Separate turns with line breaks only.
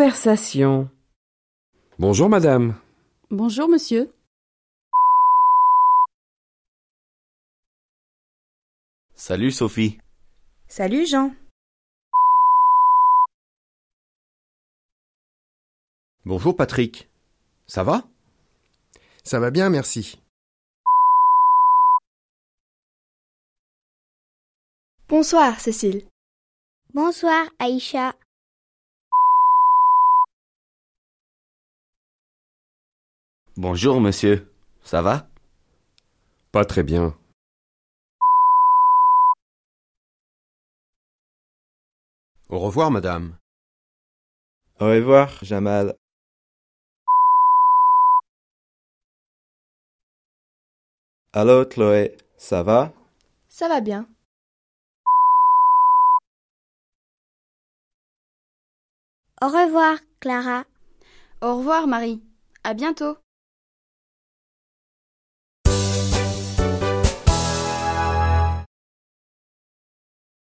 Conversation.
Bonjour madame.
Bonjour, monsieur.
Salut Sophie.
Salut Jean.
Bonjour Patrick. Ça va
Ça va bien, merci.
Bonsoir, Cécile.
Bonsoir Aïcha.
Bonjour monsieur. Ça va
Pas très bien.
Au revoir madame.
Au revoir, Jamal. Allô, Chloé, ça va
Ça va bien.
Au revoir Clara.
Au revoir, Marie. À bientôt.